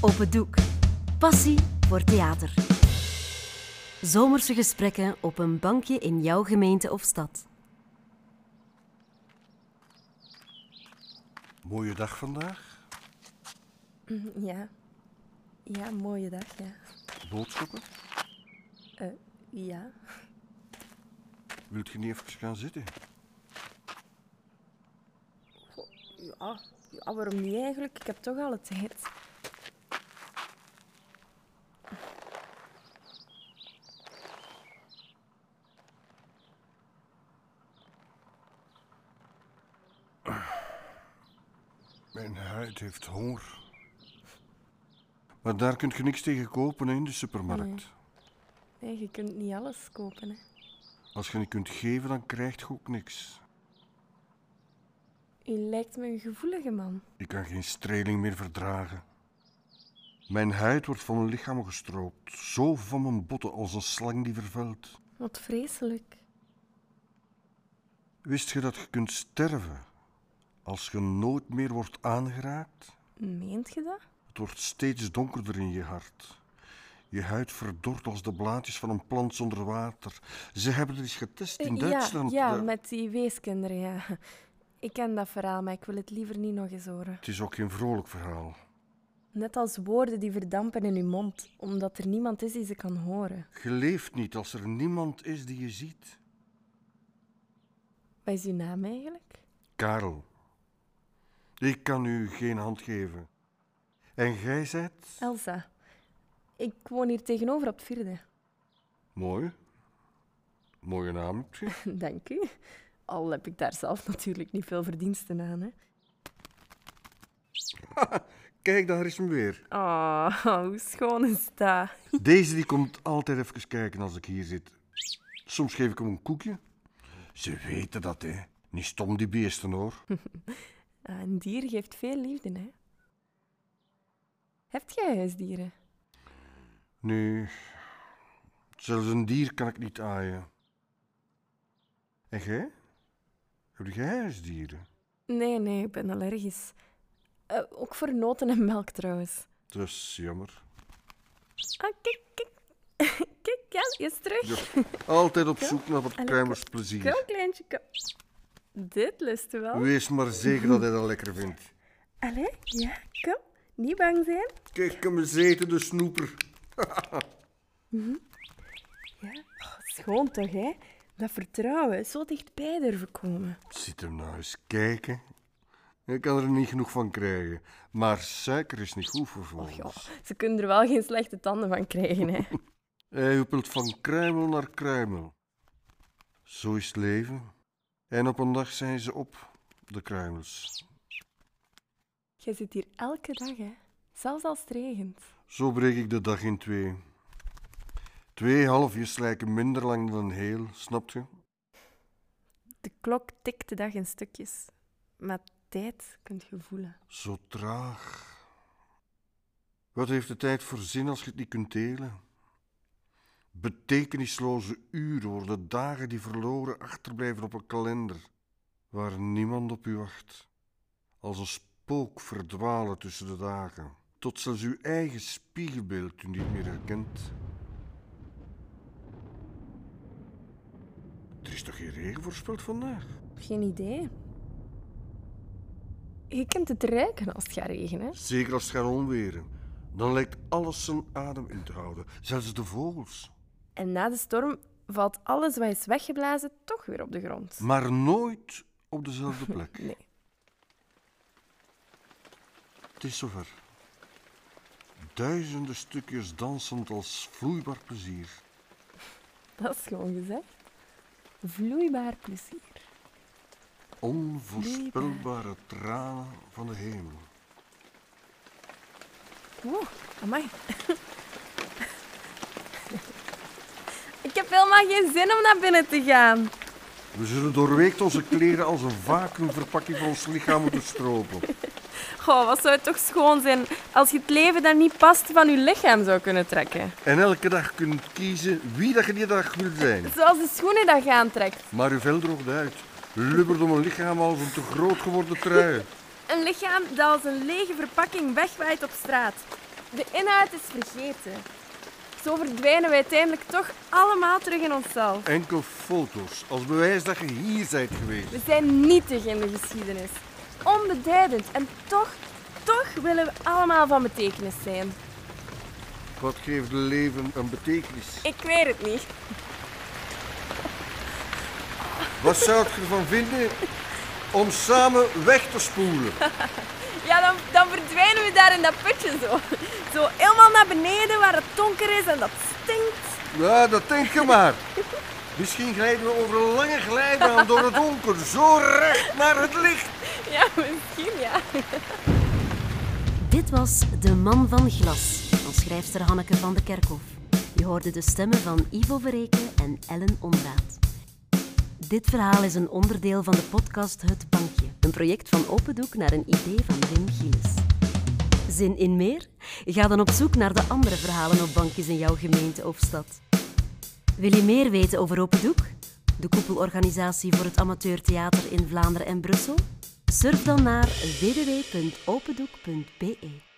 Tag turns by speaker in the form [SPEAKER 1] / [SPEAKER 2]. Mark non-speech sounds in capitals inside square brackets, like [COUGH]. [SPEAKER 1] Op het doek. Passie voor theater. Zomerse gesprekken op een bankje in jouw gemeente of stad.
[SPEAKER 2] Mooie dag vandaag.
[SPEAKER 3] Ja. Ja, mooie dag, ja.
[SPEAKER 2] Boodschappen.
[SPEAKER 3] Eh, ja.
[SPEAKER 2] Wilt je niet even gaan zitten?
[SPEAKER 3] ja. Ja, waarom niet eigenlijk? Ik heb toch alle tijd.
[SPEAKER 2] Mijn huid heeft honger. Maar daar kun je niks tegen kopen hè, in de supermarkt.
[SPEAKER 3] Nee, je kunt niet alles kopen, hè.
[SPEAKER 2] Als je niet kunt geven, dan krijg je ook niks.
[SPEAKER 3] U lijkt me een gevoelige man.
[SPEAKER 2] Ik kan geen streling meer verdragen. Mijn huid wordt van mijn lichaam gestroopt. Zo van mijn botten als een slang die vervuilt.
[SPEAKER 3] Wat vreselijk.
[SPEAKER 2] Wist je dat je kunt sterven als je nooit meer wordt aangeraakt?
[SPEAKER 3] Meent je dat?
[SPEAKER 2] Het wordt steeds donkerder in je hart. Je huid verdort als de blaadjes van een plant zonder water. Ze hebben het eens getest in
[SPEAKER 3] Eh, ja,
[SPEAKER 2] Duitsland. eh.
[SPEAKER 3] ja,
[SPEAKER 2] Daar-
[SPEAKER 3] met die weeskinderen, ja. Ik ken dat verhaal, maar ik wil het liever niet nog eens horen.
[SPEAKER 2] Het is ook geen vrolijk verhaal.
[SPEAKER 3] Net als woorden die verdampen in uw mond, omdat er niemand is die ze kan horen.
[SPEAKER 2] Je leeft niet als er niemand is die je ziet.
[SPEAKER 3] Wat is uw naam eigenlijk?
[SPEAKER 2] Karel, ik kan u geen hand geven. En gij zijt?
[SPEAKER 3] Elsa. Ik woon hier tegenover op het vierde.
[SPEAKER 2] Mooi. Mooie naam. heb je.
[SPEAKER 3] [LAUGHS] Dank u. Al heb ik daar zelf natuurlijk niet veel verdiensten aan. Hè.
[SPEAKER 2] Kijk, daar is hem weer.
[SPEAKER 3] Oh, [LAUGHS] hoe schoon is dat?
[SPEAKER 2] Deze die komt altijd even kijken als ik hier zit. Soms geef ik hem een koekje. Ze weten dat, hè. Niet stom, die beesten, hoor.
[SPEAKER 3] Ah, een dier geeft veel liefde, hè? Heb jij huisdieren?
[SPEAKER 2] Nee, zelfs een dier kan ik niet aaien. En jij? Heb jij huisdieren?
[SPEAKER 3] Nee, nee, ik ben allergisch. Eh, ook voor noten en melk trouwens.
[SPEAKER 2] Dat is jammer.
[SPEAKER 3] Ah, kijk, kijk. [LAUGHS] kijk, ja, die is terug.
[SPEAKER 2] Ja, altijd op zoek naar wat
[SPEAKER 3] Allee,
[SPEAKER 2] kruimersplezier.
[SPEAKER 3] Kom, kleintje, kom. Dit lust u wel.
[SPEAKER 2] Wees maar zeker dat hij dat lekker vindt.
[SPEAKER 3] Allee, ja, kom. Niet bang zijn.
[SPEAKER 2] Kijk hem eens eten, de snoeper.
[SPEAKER 3] Ja. Oh, schoon toch, hè? Dat vertrouwen, zo dichtbij durven komen.
[SPEAKER 2] Zit hem nou eens kijken. Ik kan er niet genoeg van krijgen. Maar suiker is niet goed voor
[SPEAKER 3] Ja,
[SPEAKER 2] volgens.
[SPEAKER 3] ze kunnen er wel geen slechte tanden van krijgen, hè.
[SPEAKER 2] Hij huppelt van kruimel naar kruimel. Zo is het leven. En op een dag zijn ze op, de kruimels.
[SPEAKER 3] [LAUGHS] Jij zit hier elke dag, hè. Zelfs als het regent.
[SPEAKER 2] Zo breek ik de dag in twee. Twee halfjes lijken minder lang dan een heel, snapt je?
[SPEAKER 3] De klok tikt de dag in stukjes. Maar tijd kunt je voelen.
[SPEAKER 2] Zo traag. Wat heeft de tijd voor zin als je het niet kunt delen? Betekenisloze uren worden dagen die verloren achterblijven op een kalender, waar niemand op u wacht. Als een spook verdwalen tussen de dagen, tot zelfs uw eigen spiegelbeeld u niet meer herkent. Er is toch geen regen voorspeld vandaag?
[SPEAKER 3] Geen idee. Je kunt het ruiken als het gaat regenen.
[SPEAKER 2] Zeker als het gaat onweren. Dan lijkt alles zijn adem in te houden, zelfs de vogels.
[SPEAKER 3] En na de storm valt alles wat is weggeblazen toch weer op de grond.
[SPEAKER 2] Maar nooit op dezelfde plek.
[SPEAKER 3] [LAUGHS] Nee.
[SPEAKER 2] Het is zover. Duizenden stukjes dansend als vloeibaar plezier.
[SPEAKER 3] Dat is gewoon gezegd. Vloeibaar plezier.
[SPEAKER 2] Onvoorspelbare tranen van de hemel.
[SPEAKER 3] Wow, amai. [LAUGHS] Ik heb helemaal geen zin om naar binnen te gaan.
[SPEAKER 2] We zullen doorweekt onze kleren als een vacuümverpakking van ons lichaam moeten stropen.
[SPEAKER 3] Goh, wat zou het toch schoon zijn als je het leven dat niet past van je lichaam zou kunnen trekken.
[SPEAKER 2] En elke dag kunt kiezen wie dat je die dag wilt zijn.
[SPEAKER 3] Zoals de schoenen dat je aantrekt.
[SPEAKER 2] Maar uw vel droogt uit. Lubbert om een lichaam als een te groot geworden trui.
[SPEAKER 3] Een lichaam dat als een lege verpakking wegwaait op straat. De inhoud is vergeten. Zo verdwijnen we uiteindelijk toch allemaal terug in onszelf.
[SPEAKER 2] Enkel foto's als bewijs dat je hier bent geweest.
[SPEAKER 3] We zijn nietig in de geschiedenis. Onbeduidend. En toch, toch willen we allemaal van betekenis zijn.
[SPEAKER 2] Wat geeft leven een betekenis?
[SPEAKER 3] Ik weet het niet.
[SPEAKER 2] Wat zou je ervan vinden om samen weg te spoelen?
[SPEAKER 3] Ja, dan, dan verdwijnen we daar in dat putje zo. Zo helemaal naar beneden waar het donker is en dat stinkt.
[SPEAKER 2] Ja, dat denk je maar. Misschien glijden we over een lange glijbaan door het donker, zo recht naar het licht.
[SPEAKER 3] Ja, misschien ja.
[SPEAKER 1] Dit was De Man van Glas van schrijfster Hanneke van de Kerkhof. Je hoorde de stemmen van Ivo Verreken en Ellen Onraad. Dit verhaal is een onderdeel van de podcast Het Bankje, een project van Opendoek naar een idee van Wim Gilles. Zin in meer? Ga dan op zoek naar de andere verhalen op bankjes in jouw gemeente of stad. Wil je meer weten over Open Doek? De koepelorganisatie voor het amateurtheater in Vlaanderen en Brussel? Surf dan naar www.opendoek.be.